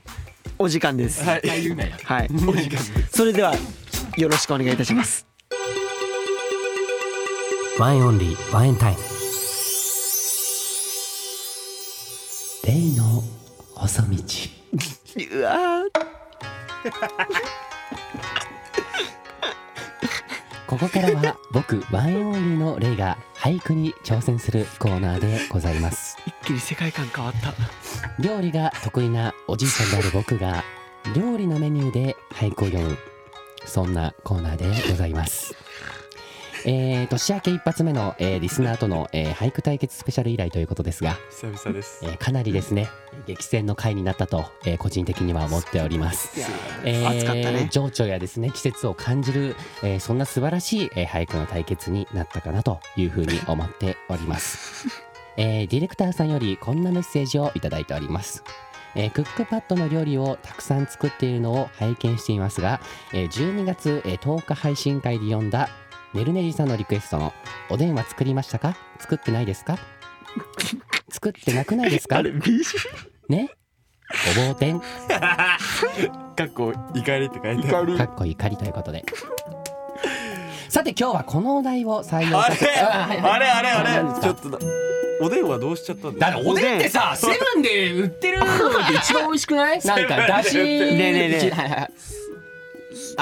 Speaker 1: お時間です
Speaker 3: は
Speaker 1: はいい、
Speaker 2: 一回言うなよ
Speaker 1: それではよろしくお願いいたします
Speaker 2: ワインオンリーワインタイムレイの細道
Speaker 1: うわー
Speaker 2: (laughs) ここからは僕ワインオンリーのレイが俳句に挑戦するコーナーでございます
Speaker 1: 一気に世界観変わった
Speaker 2: 料理が得意なおじいさんである僕が料理のメニューで俳句を読むそんなコーナーでございます (laughs) えー、年明け一発目の、えーリスナーとの、えー俳句対決スペシャル以来ということですが、
Speaker 3: 久々です
Speaker 2: えーかなりですね激戦の回になったと、えー個人的には思っておりますえー
Speaker 1: 暑かったね
Speaker 2: 情緒やですね季節を感じる、えーそんな素晴らしい、えー俳句の対決になったかなというふうに思っており
Speaker 1: (laughs)
Speaker 2: ます、えーディレクターさんよりこんなメッセージをいただいておりますえークックパッドの料理をたくさん作っているのを拝見していますが、えー12月、えー10日配信会で読んだねるねじさんのリクエストの「おでんは作りましたか作ってないですか作ってなくないですか
Speaker 1: (laughs) あれ BG
Speaker 2: ねごぼう天
Speaker 3: かっこ怒りって書いてある
Speaker 2: かっこいい狩りということで。 (laughs) さて今日はこのお題を採用
Speaker 3: あ
Speaker 2: させ
Speaker 3: れ
Speaker 2: て
Speaker 3: あれあれ
Speaker 2: 何
Speaker 3: あ
Speaker 2: です
Speaker 3: れ
Speaker 2: か
Speaker 3: ちょっとだおでんはどうしちゃったんです
Speaker 2: だっ
Speaker 3: か
Speaker 2: ておでんって (laughs) さセブンで売ってるのって一番美味しく (laughs) ないなんかだし
Speaker 3: セブンで売って
Speaker 1: るねえねえねえ
Speaker 2: うち (laughs) はいはいはい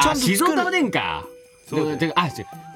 Speaker 1: ちゃんと
Speaker 2: あ
Speaker 1: 作る
Speaker 2: 静岡おでんか
Speaker 3: そうだよ
Speaker 2: でであ違う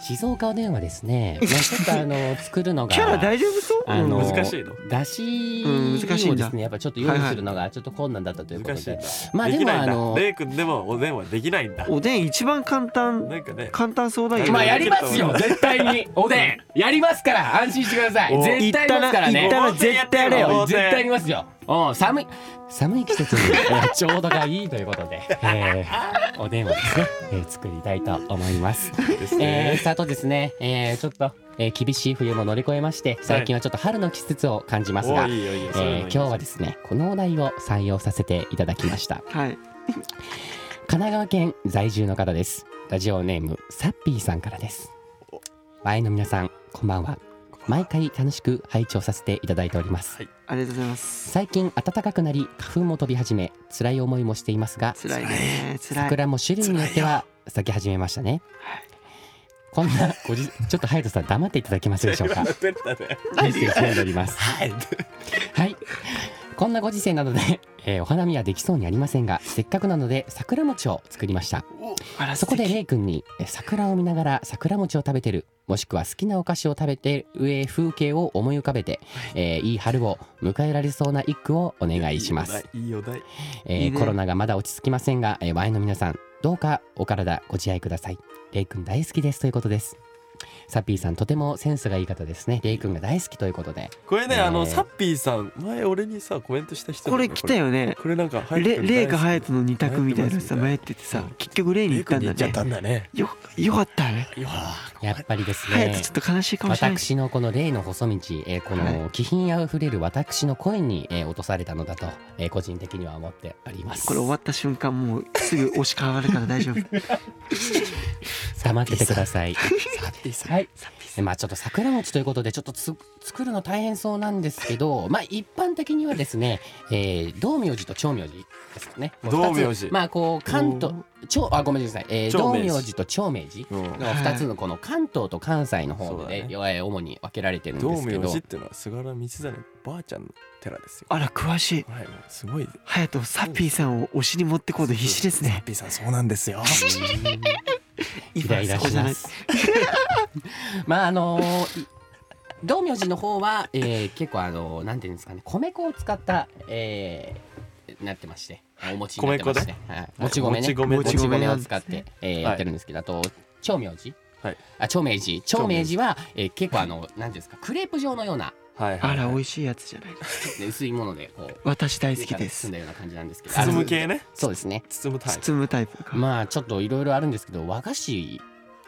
Speaker 2: 静岡おでんはです (laughs) ね、まあ、ちょっとあの作るのが
Speaker 1: キャラ大丈夫そう
Speaker 2: あの
Speaker 3: 難しいの
Speaker 2: だし
Speaker 1: うん難しい
Speaker 2: を
Speaker 1: ん
Speaker 2: で
Speaker 1: だ
Speaker 2: すねやっぱちょっと用意するのがちょっと困難だったということ
Speaker 3: 難しい
Speaker 2: で、
Speaker 3: んだ
Speaker 2: まあ
Speaker 3: で
Speaker 2: で
Speaker 3: き
Speaker 2: も
Speaker 3: ない
Speaker 2: あ
Speaker 3: んだ
Speaker 2: の
Speaker 3: レイ君でもおでんはできないんだ
Speaker 1: おでん一番簡単
Speaker 3: なんかね
Speaker 1: 簡単そうだけど
Speaker 2: まあやりますよ絶対におでんやりますから安心してください
Speaker 3: お
Speaker 2: 絶対やりますから
Speaker 1: 言ったら
Speaker 2: ね
Speaker 1: 絶対やれ
Speaker 3: 言
Speaker 1: よ
Speaker 3: っ
Speaker 2: 絶対やりますようん寒い寒い季節にえーちょうどがいいということで、えーおでんをですね、えー作りたいと思います
Speaker 3: です
Speaker 2: えー
Speaker 3: ね
Speaker 2: スタートですね、えーちょっと、えー厳しい冬も乗り越えまして最近はちょっと春の季節を感じますが、
Speaker 3: おいいよいい
Speaker 2: え
Speaker 3: よそういう
Speaker 2: ー
Speaker 3: の
Speaker 2: 今
Speaker 3: いいで
Speaker 2: 日
Speaker 3: す
Speaker 2: はですねこのお題を採用させていただきまし
Speaker 1: は
Speaker 2: た
Speaker 1: い
Speaker 2: 神奈川県在住の方ですラジオネームサッピーさんからです前の皆さんこんばんは毎回楽しく拝聴させていただいております、
Speaker 3: はい
Speaker 1: ありがとうございます
Speaker 2: 最近暖かくなり花粉も飛び始め辛い思いもしていますが
Speaker 1: 辛いね辛い
Speaker 2: 桜も種類によっては咲き始めましたねこんなごじちょっとハイドさん黙っていただけますでしょう
Speaker 3: (laughs)
Speaker 2: か
Speaker 3: 出たね
Speaker 2: メッセージ読んでおります
Speaker 3: はい
Speaker 2: はい。こんなご時世なので、えーお花見はできそうにありませんが、せっかくなので桜餅を作りました。
Speaker 1: あら
Speaker 2: そこでレイ君に、えー桜を見ながら桜餅を食べてる、もしくは好きなお菓子を食べてる上風景を思い浮かべて、えーいい春を迎えられそうな一句をお願いします。
Speaker 3: いいお題いい
Speaker 2: えー
Speaker 1: いいね
Speaker 2: コロナがまだ落ち着きませんが、えーワインの皆さん、どうかお体ご自愛ください。レイ君大好きですということです。サッピーさんとてもセンスがいい方ですねレイ君が大好きということで
Speaker 3: これね、あ
Speaker 2: え
Speaker 3: の
Speaker 2: ー
Speaker 3: サッピーさん前俺にさコメントした人
Speaker 1: これ来たよね
Speaker 3: これなんか隼
Speaker 1: レ
Speaker 3: 人君
Speaker 1: レイ
Speaker 3: 大好
Speaker 1: か
Speaker 3: き
Speaker 1: ハヤトの二択みたいなさ迷っててさ結局レイに
Speaker 3: レ
Speaker 1: 行
Speaker 3: イ
Speaker 1: ったんだ
Speaker 3: 君に行っちゃった
Speaker 1: ね
Speaker 3: んだね
Speaker 1: よよかったね
Speaker 3: いや
Speaker 2: やっぱりです
Speaker 1: ハヤト
Speaker 2: ね
Speaker 1: ちょっと悲しいかもしれない
Speaker 2: 私のこの霊の細道、えーこ
Speaker 1: は
Speaker 2: の気品あふれる私の声に、えー落とされたのだと、えー個人的には思っております
Speaker 1: これ終わった瞬間もうすぐ押し変わるから大丈夫
Speaker 2: (laughs) 黙っててください
Speaker 3: サッピーさん
Speaker 2: はい
Speaker 3: サッピーさ
Speaker 2: えまあちょっと桜餅ということでちょっとつ作るの大変そうなんですけどまあ一般的にはですね、えー、道明寺と長明寺ですかねもう二つ
Speaker 3: 道明寺
Speaker 2: まあこう関東長あごめんなさい、えー、
Speaker 3: 長
Speaker 2: 道
Speaker 3: 明寺
Speaker 2: 明寺と長明寺
Speaker 3: んうん
Speaker 2: の2つのこの関東と関西の方
Speaker 3: そう
Speaker 2: で、
Speaker 3: だ
Speaker 2: ね
Speaker 3: ね
Speaker 2: えー主に分けられてるんで
Speaker 3: 道
Speaker 2: すけ
Speaker 3: 明
Speaker 2: ど
Speaker 3: 寺っていうのは菅原道真のばあちゃんの寺ですよ
Speaker 1: あら詳しい
Speaker 3: はいもうすごい
Speaker 1: ハヤトサッピーさんを推しに持ってこうと必死です
Speaker 3: サッ
Speaker 1: ね
Speaker 3: ピーさんそうなんですよ
Speaker 2: イライラ
Speaker 1: そこ
Speaker 2: し
Speaker 1: じゃな
Speaker 2: ま
Speaker 1: い
Speaker 2: す (laughs) まああのーい道明寺の方は、えー、結構あのーなんていうんですかね米粉を使った、えー、なってましてお餅になってまして、はい、 (laughs) もち米ね
Speaker 3: もち米
Speaker 2: もち
Speaker 1: もち米
Speaker 2: 米
Speaker 1: な
Speaker 2: を
Speaker 1: んです
Speaker 2: 使
Speaker 1: ね
Speaker 2: って、えー
Speaker 3: い
Speaker 2: やってるんですけどあと長明寺
Speaker 3: はい
Speaker 2: あ長明寺長明寺は、えー、結構あのなんていうんですかクレープ状のような、
Speaker 3: はいは
Speaker 1: あ
Speaker 3: い
Speaker 1: ら
Speaker 3: はい
Speaker 1: 美味しいやつじゃない
Speaker 2: ね、薄いものでこう
Speaker 1: 私大好きで
Speaker 2: 包ん
Speaker 1: す
Speaker 2: だような感じなんですけど
Speaker 3: 包む系ね
Speaker 2: そうですね
Speaker 3: 包むタイプ
Speaker 1: 包むタイプか
Speaker 2: まあちょっといろいろあるんですけど和菓子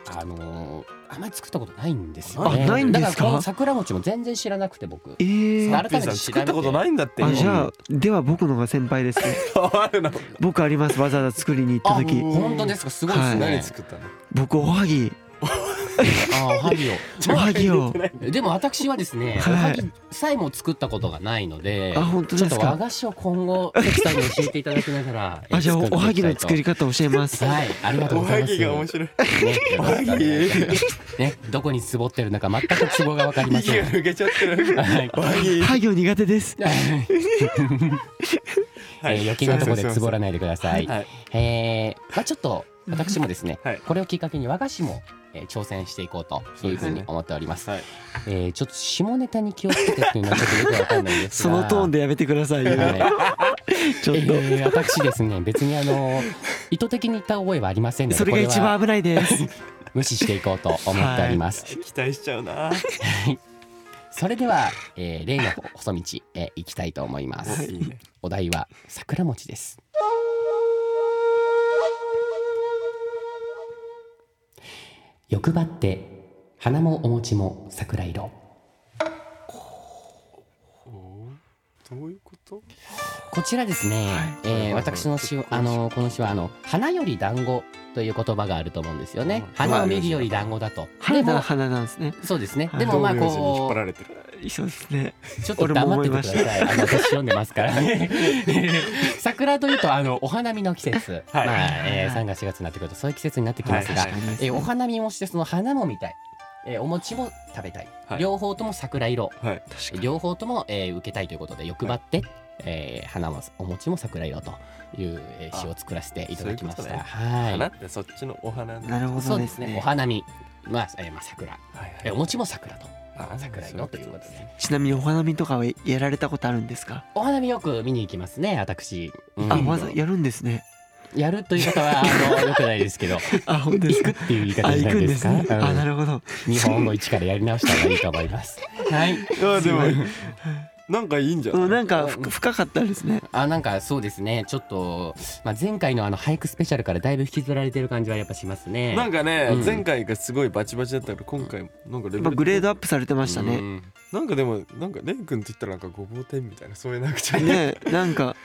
Speaker 2: あのーあまり作ったことないんですよね。
Speaker 1: あないんですか
Speaker 2: だからこの桜餅も全然知らなくて僕。
Speaker 1: え
Speaker 2: う
Speaker 1: ー
Speaker 2: ま
Speaker 3: サ
Speaker 2: あ
Speaker 3: ッピー
Speaker 2: 改め
Speaker 3: さ
Speaker 2: て調べて
Speaker 3: ん作ったことないんだって
Speaker 1: あじゃあでは僕のが先輩ですね
Speaker 3: ああるの
Speaker 1: 僕ありますわざわざ作りに行った時
Speaker 2: 本当ですかすごいです
Speaker 1: は
Speaker 2: ね
Speaker 3: 何。作ったの
Speaker 1: 僕おはぎ
Speaker 2: あおは
Speaker 1: (laughs)
Speaker 2: ぎを。
Speaker 1: おはぎを
Speaker 2: でも私はですね、
Speaker 1: はい
Speaker 2: おはぎさえも作ったことがないので。
Speaker 1: あ本当
Speaker 2: ちょ
Speaker 1: で
Speaker 2: っ
Speaker 1: す
Speaker 2: と
Speaker 1: か
Speaker 2: 和菓子を今後関さんに教えていただきながら
Speaker 1: (laughs) 。あじゃあお
Speaker 2: 作
Speaker 1: おは
Speaker 2: っていきたいと
Speaker 1: ぎの作り方教えます。
Speaker 2: はい、ありがとう
Speaker 3: お
Speaker 2: ござ
Speaker 3: はい
Speaker 2: ます。
Speaker 3: ぎが面白い
Speaker 2: ね
Speaker 3: おはぎ
Speaker 2: ね、どこにつぼってるのか全くつぼがわかり
Speaker 1: (laughs)
Speaker 2: ま
Speaker 3: 息
Speaker 2: せ
Speaker 3: が
Speaker 2: ん。
Speaker 3: 抜けちゃってる
Speaker 2: はい
Speaker 3: おはぎ
Speaker 1: はぎを苦手です。
Speaker 2: えー余計なところでつぼら
Speaker 3: な
Speaker 2: ないでください。
Speaker 3: はい
Speaker 2: えーまあ、ちょっと私もですね、
Speaker 3: はい
Speaker 2: これをきっかけに和菓子も、えー挑戦していこうというふうに思っております。
Speaker 3: はい
Speaker 2: えーちょっと下ネタに気をつけてっていうのはちょっとよくわかんないんです
Speaker 1: そ
Speaker 2: が
Speaker 1: のトーンでやめてくださいよ。
Speaker 2: はい
Speaker 1: ちょっと。
Speaker 2: えー私ですね別にあの意図的に言った覚えはありませんので
Speaker 1: それが一番
Speaker 2: こ
Speaker 1: 危ないです。
Speaker 2: れは無視していこうと思っております。
Speaker 3: 期待しちゃうな
Speaker 2: それでは、えー、例の細道、えー行きたいと思います。
Speaker 3: いいね
Speaker 2: お題は桜餅です欲張って花もお餅も桜色
Speaker 3: どういうこと
Speaker 2: こちらですね、えー私の詩をあのこの詩はあの花より団子という言葉があると思うんですよね
Speaker 3: うん
Speaker 2: 花を見るより団子だとで
Speaker 1: 花
Speaker 2: も
Speaker 1: だ花なんですね。
Speaker 2: そうですね
Speaker 1: はい
Speaker 2: でもまあ
Speaker 3: 道明寺に引っ
Speaker 2: こ
Speaker 3: 張
Speaker 2: う
Speaker 3: られてる
Speaker 1: そうですね。
Speaker 2: ちょっと黙っててください。あの私読んでますからね。桜というとあのお花見の季節、
Speaker 3: はい
Speaker 2: まあ、えー、3月4月になってくるとそういう季節になってきますが、
Speaker 3: はい
Speaker 1: 確かに
Speaker 2: えーお花見もしてその花も見たい、えーお餅も食べたい、
Speaker 3: はい
Speaker 2: 両方とも桜色、
Speaker 3: はい
Speaker 1: 確かに。
Speaker 2: 両方とも、えー受けたいということで欲張って、えー花もお餅も桜色という、えー詩を作らせていただきました。
Speaker 3: そういうこと
Speaker 2: はい。
Speaker 3: 花ってそっちのお花
Speaker 1: なるほ
Speaker 2: そ
Speaker 1: ど
Speaker 2: う
Speaker 1: で
Speaker 2: ですすね。お
Speaker 1: ね。
Speaker 2: 花見、まあ、えーまあ桜、
Speaker 3: はい
Speaker 2: えーお
Speaker 3: はい
Speaker 2: 餅も桜と
Speaker 3: あ
Speaker 2: 桜色ということで。
Speaker 1: ちなみにお花見とかはやられたことあるんですか。
Speaker 2: お花見よく見に行きますね、私。うん
Speaker 1: あ、わざやるんですね。
Speaker 2: やるという方は、あ
Speaker 1: (laughs)
Speaker 2: の、よくないですけど。
Speaker 1: あ、本当ですか。
Speaker 2: っていう言い
Speaker 1: あ、
Speaker 2: 方じ
Speaker 1: 行
Speaker 2: ゃない
Speaker 1: くん
Speaker 2: で
Speaker 1: ですす
Speaker 2: か。
Speaker 1: ね。
Speaker 2: う
Speaker 1: あ、
Speaker 2: ん
Speaker 1: なるほど。
Speaker 2: 日本語一からやり直した方がいいと思
Speaker 1: (laughs)
Speaker 2: います。はい。
Speaker 3: あでもなんかいいんじゃ
Speaker 1: うん、
Speaker 3: ない
Speaker 1: なんかふ深かったですね。
Speaker 2: あ、なんか、そうですね。ちょっと、まあ、前回のあの俳句スペシャルからだいぶ引きずられてる感じはやっぱしますね。
Speaker 3: なんかね
Speaker 2: うん
Speaker 3: 前回がすごいバチバチだったから今回もなんかレ
Speaker 1: ま
Speaker 3: ベ
Speaker 1: あ
Speaker 3: ル
Speaker 1: グレードアップされてました
Speaker 2: う
Speaker 1: ね。
Speaker 2: ん
Speaker 3: なんかでもなんかレイ君って言ったらなんかごぼう天みたいなそういうなんかちょっと
Speaker 1: ね、なんか、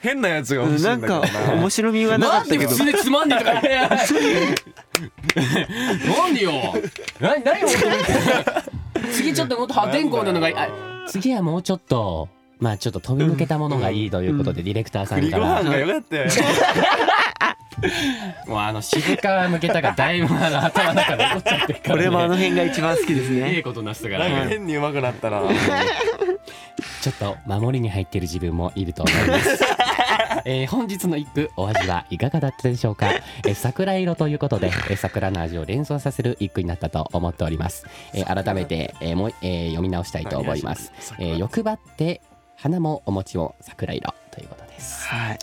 Speaker 3: 変なやつが
Speaker 1: う
Speaker 3: 欲
Speaker 1: ん
Speaker 3: しい
Speaker 1: なんん
Speaker 3: だけど
Speaker 1: か
Speaker 3: な (laughs)
Speaker 1: 面白みはなか
Speaker 2: な
Speaker 1: っ
Speaker 2: ん
Speaker 1: た
Speaker 2: で
Speaker 1: けど
Speaker 2: 普。通でつまんねえとか言わないなんでよな何を求めてる次ちょっともっと破天荒なのがいいあ次はもうちょっとまあちょっと飛び抜けたものがいいということで、ディレクターさん
Speaker 3: 栗
Speaker 2: か
Speaker 3: ご飯
Speaker 2: ら
Speaker 3: が良かったよ
Speaker 2: もうあの静か向けたがだいぶあの頭の中残っちゃって
Speaker 1: (laughs)
Speaker 2: るから、ね、
Speaker 1: 俺もあの辺が一番好きです
Speaker 2: いい
Speaker 1: ね。
Speaker 2: ことなすから、
Speaker 3: なんか
Speaker 2: ね、
Speaker 3: 変に上手くなったな
Speaker 2: (laughs) ちょっと守りに入ってる自分もいると思い (laughs) ます。えー本日の一句お味はいかがだったでしょうか、 (laughs) えー桜色ということで、えー桜の味を連想させる一句になったと思っております、えー改めて、えーもう、えー読み直したいと思います、えー欲張って花もお餅も桜色ということです
Speaker 1: はい。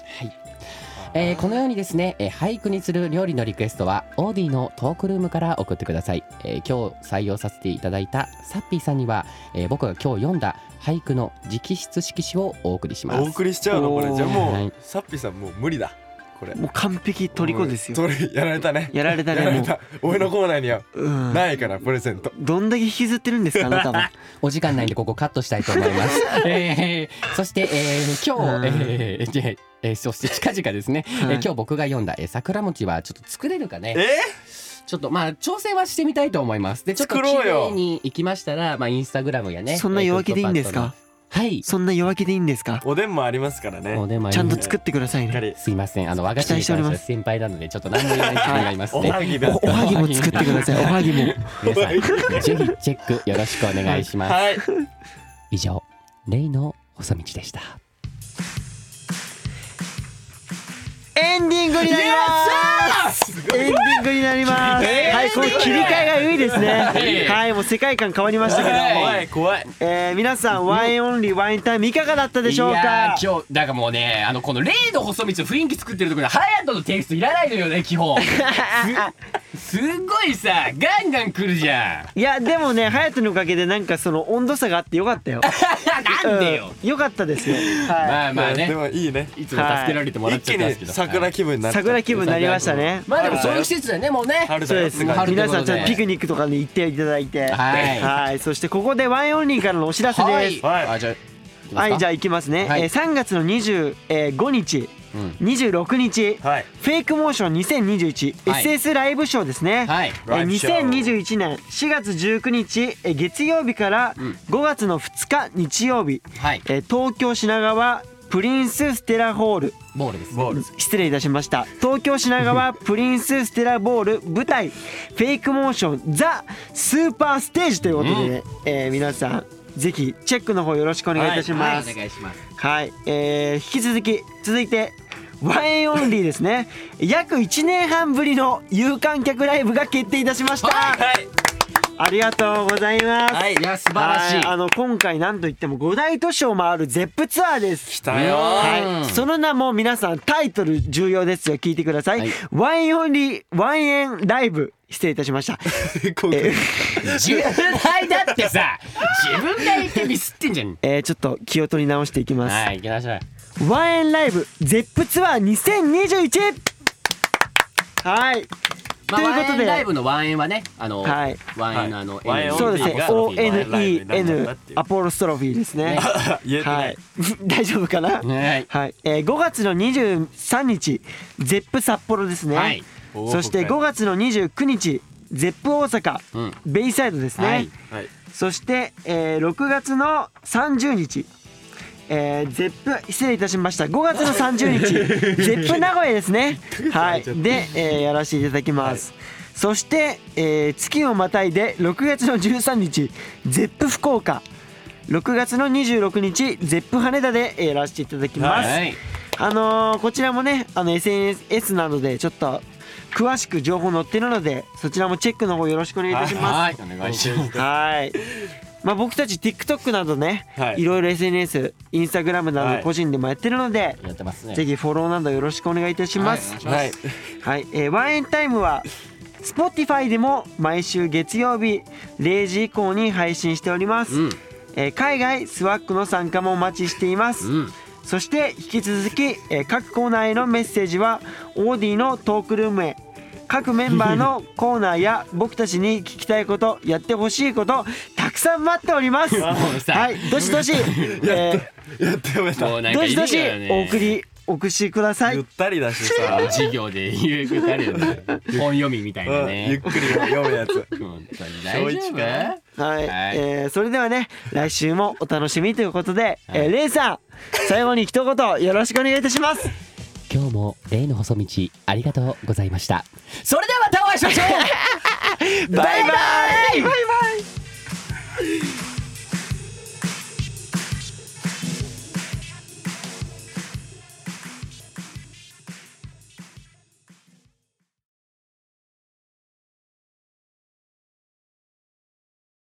Speaker 2: えーこのようにですね、えー俳句にする料理のリクエストはオーディのトークルームから送ってください、えー今日採用させていただいたサッピーさんには、えー僕が今日読んだ俳句の直筆色紙をお送りします
Speaker 3: お送りしちゃうのこれじゃあ
Speaker 2: は
Speaker 3: もう
Speaker 2: い
Speaker 3: サッピーさんもう無理だこれ
Speaker 1: もう完璧虜ですよ
Speaker 3: うん虜やられたね
Speaker 1: やられた
Speaker 3: や
Speaker 1: ね
Speaker 3: られ
Speaker 1: も
Speaker 3: た俺のコーナーには
Speaker 1: う、うん、
Speaker 3: ないからプレゼント
Speaker 1: どんだけ引きずってるんですかあなたも
Speaker 2: お時間ないんでここカットしたいと思い
Speaker 1: (laughs)
Speaker 2: ます。えーそして、えー今日、えーじゃあえーそして近々ですね、
Speaker 1: はい
Speaker 2: えー今日僕が読んだ、えー桜餅はちょっと作れるかね
Speaker 3: え
Speaker 2: ちょっとまあ挑戦はしてみたいと思いますでちょっと
Speaker 3: 作ろ
Speaker 2: 綺
Speaker 3: うよ
Speaker 2: 麗に行きましたらまあインスタグラムやね
Speaker 1: そんな弱気でいいんです
Speaker 2: えー
Speaker 1: か
Speaker 2: はい
Speaker 1: そんな弱気でいいんですか
Speaker 3: おでんもありますからね
Speaker 2: おでまあ
Speaker 1: ちゃんと作ってください
Speaker 3: しっか
Speaker 1: ね
Speaker 3: り
Speaker 2: すいませんあの和菓子
Speaker 1: 期
Speaker 2: に
Speaker 1: 待しており
Speaker 2: 関し
Speaker 1: ま
Speaker 2: て
Speaker 1: す
Speaker 2: は先輩なのでちょっと何も言えない人になります
Speaker 3: お
Speaker 2: ね (laughs)
Speaker 3: はぎだ
Speaker 1: おおはぎも作ってくださいおはぎも
Speaker 2: 皆さんぜひチェックよろしくお願いします、
Speaker 3: はい
Speaker 2: 以上レイの細道でした
Speaker 1: エンディングになりますエンディングになります
Speaker 3: えー
Speaker 1: はいこの切り替えが良いですね
Speaker 2: えー
Speaker 1: はいもう世界観変わりましたけども
Speaker 2: はい
Speaker 3: 怖い怖い
Speaker 1: えー皆さんワインオンリーワインタイムいかがだったでしょう
Speaker 2: いや
Speaker 1: か
Speaker 2: ー今日なんかもうねあのこの例の細道の雰囲気作ってるところでハヤトのテイストいらないのよね基本すすっごいさガンガン来るじゃん
Speaker 1: いやでもね隼人のおかげでなんかその温度差があってよかったよ
Speaker 2: なんでよ、
Speaker 1: うんよかったですよは
Speaker 2: まあまあ
Speaker 3: で
Speaker 2: ね
Speaker 3: もいいね
Speaker 2: いつも助けられてもらっ
Speaker 3: 一
Speaker 2: ちゃ
Speaker 3: 気
Speaker 2: ったんですけ
Speaker 3: に
Speaker 2: ど
Speaker 3: 桜
Speaker 2: はい
Speaker 3: 気分にないった
Speaker 1: 桜気分になりましたね
Speaker 2: まあでもそういう季節だよねもうね
Speaker 3: 春
Speaker 1: そう
Speaker 3: だよ
Speaker 1: です
Speaker 3: って感
Speaker 2: 春
Speaker 3: じ
Speaker 2: とい
Speaker 1: 皆
Speaker 2: うことで
Speaker 1: さんちゃんとピクニックとかに行っていただいて
Speaker 2: はい
Speaker 1: はいそしてここでワインオンリーからのお知らせ
Speaker 2: は
Speaker 1: で
Speaker 2: い
Speaker 1: す
Speaker 3: はい
Speaker 2: あじゃあ
Speaker 1: はいじゃ
Speaker 2: あ
Speaker 1: あ行きますね、
Speaker 2: はい
Speaker 1: えー3月の25日
Speaker 2: 行きますか
Speaker 1: 26日
Speaker 3: はい
Speaker 1: フェイクモーション2021、
Speaker 2: はい
Speaker 1: SS ライブショーです
Speaker 2: う
Speaker 1: ね、
Speaker 2: んはい
Speaker 1: えー
Speaker 3: ライブショー
Speaker 1: 2021年4月19日えー月曜日から
Speaker 2: うん
Speaker 1: 5月の2日日曜日、
Speaker 2: はい
Speaker 1: えー東京品川プリンスステラホール
Speaker 2: ボールです
Speaker 3: ボール
Speaker 1: 失礼いたしました東京品
Speaker 2: (laughs)
Speaker 1: 川プリンスステラボール舞台フェイクモーションザ・スーパーステージということでね、えー皆さんぜひチェックの方よろしくお願いいたします、
Speaker 2: はいお願いします
Speaker 1: はい、えー、引き続き続いてワインオンリーですね (laughs) 約1年半ぶりの有観客ライブが決定いたしました、
Speaker 3: はい
Speaker 1: ありがとうございます、
Speaker 2: はいいや素晴らし
Speaker 1: はいあの今回なんといっても5大都市を回るゼップツアーです
Speaker 3: 来たよー
Speaker 1: はい、その名も皆さんタイトル重要ですよ聞いてください、
Speaker 2: はい
Speaker 1: ワインオンリーワインエンライブ失礼いたしま
Speaker 2: (laughs)
Speaker 1: した
Speaker 3: (laughs) 今回
Speaker 2: 自分だってさ自分が言ってミスってんじゃん
Speaker 1: えー、ちょっと気を取り直していきます、
Speaker 2: はい行きましょう
Speaker 1: ワンエンライブゼップツアー2021はい、
Speaker 2: まあ、
Speaker 1: と
Speaker 2: ワ
Speaker 1: いうこ
Speaker 2: ン
Speaker 1: と
Speaker 2: エン
Speaker 1: で
Speaker 2: ライブのワンエンはね、あの、
Speaker 1: はい
Speaker 2: ワンエンのあの、
Speaker 3: はい
Speaker 2: N
Speaker 1: そうですね
Speaker 2: アポロフィーの
Speaker 1: ONEN アポロストロフィーですね
Speaker 3: 言えて
Speaker 1: は
Speaker 3: ないい
Speaker 1: (laughs) 大丈夫かな
Speaker 2: はい
Speaker 1: はい、えー、5月の23日ゼップ札幌ですね、
Speaker 2: はい
Speaker 1: そして5月の29日ゼップ大阪、
Speaker 2: うん
Speaker 1: ベイサイドですね、
Speaker 2: はい
Speaker 3: はい
Speaker 1: そして、えー、6月の30日えー、ゼップ失礼いたしました5月の30日
Speaker 2: (laughs)
Speaker 1: ゼップ名古屋ですねはいで、えーやらせていただきます、そして、えー月をまたいで6月の13日ゼップ福岡6月の26日ゼップ羽田でえーやらせていただきます、
Speaker 2: はい。
Speaker 1: あのーこちらもねあの SNS などでちょっと詳しく情報載ってるのでそちらもチェックの方よろしくお願いいたします、
Speaker 2: はい、お願いします。
Speaker 1: はい。まあ僕たち TikTok などね、、
Speaker 3: はいい
Speaker 1: ろいろ SNS、インスタグラムな
Speaker 3: は
Speaker 1: ど
Speaker 3: い
Speaker 1: 個人でもやってるので、
Speaker 2: やってますね。
Speaker 1: ぜひフォローなどよろしくお願いいたします。
Speaker 2: は
Speaker 1: はいい、
Speaker 3: はい
Speaker 1: えーワンエンタイムは Spotify でも毎週月曜日0時以降に配信しております。
Speaker 2: うん
Speaker 1: えー海外スワックの参加もお待ちしています。
Speaker 2: うん。
Speaker 1: そして引き続き、えー各コーナーへのメッセージはオーディのトークルームへ各メンバー
Speaker 2: (laughs)
Speaker 1: のコーナーや僕たちに聞きたいことやってほしいことたくさん待っております
Speaker 2: (laughs) もうさ
Speaker 1: はいどしど
Speaker 2: (laughs)
Speaker 1: し、えー
Speaker 3: やってやめ
Speaker 2: も
Speaker 3: た
Speaker 2: うなんか
Speaker 1: ど
Speaker 2: い
Speaker 1: し
Speaker 2: るよ
Speaker 1: どし
Speaker 2: ね
Speaker 1: お送。りお送しください
Speaker 3: ゆったりだしさ
Speaker 2: 授業で言うくなるよ
Speaker 1: (laughs)
Speaker 2: ね。本読みみたいな
Speaker 3: うんゆ
Speaker 2: ね。
Speaker 3: っくり読むやつ
Speaker 2: 本当に大丈
Speaker 3: 小一
Speaker 2: 夫
Speaker 3: か
Speaker 1: はい、
Speaker 2: はい
Speaker 1: えーそれでは
Speaker 2: (laughs)
Speaker 1: ね来週もお楽しみということで、えーレイさん最後に一言よろしくお願いいたします
Speaker 2: 今日も例の細道ありがと (laughs) うございました。それではまたお会いしましょう
Speaker 1: バイバイバイバイ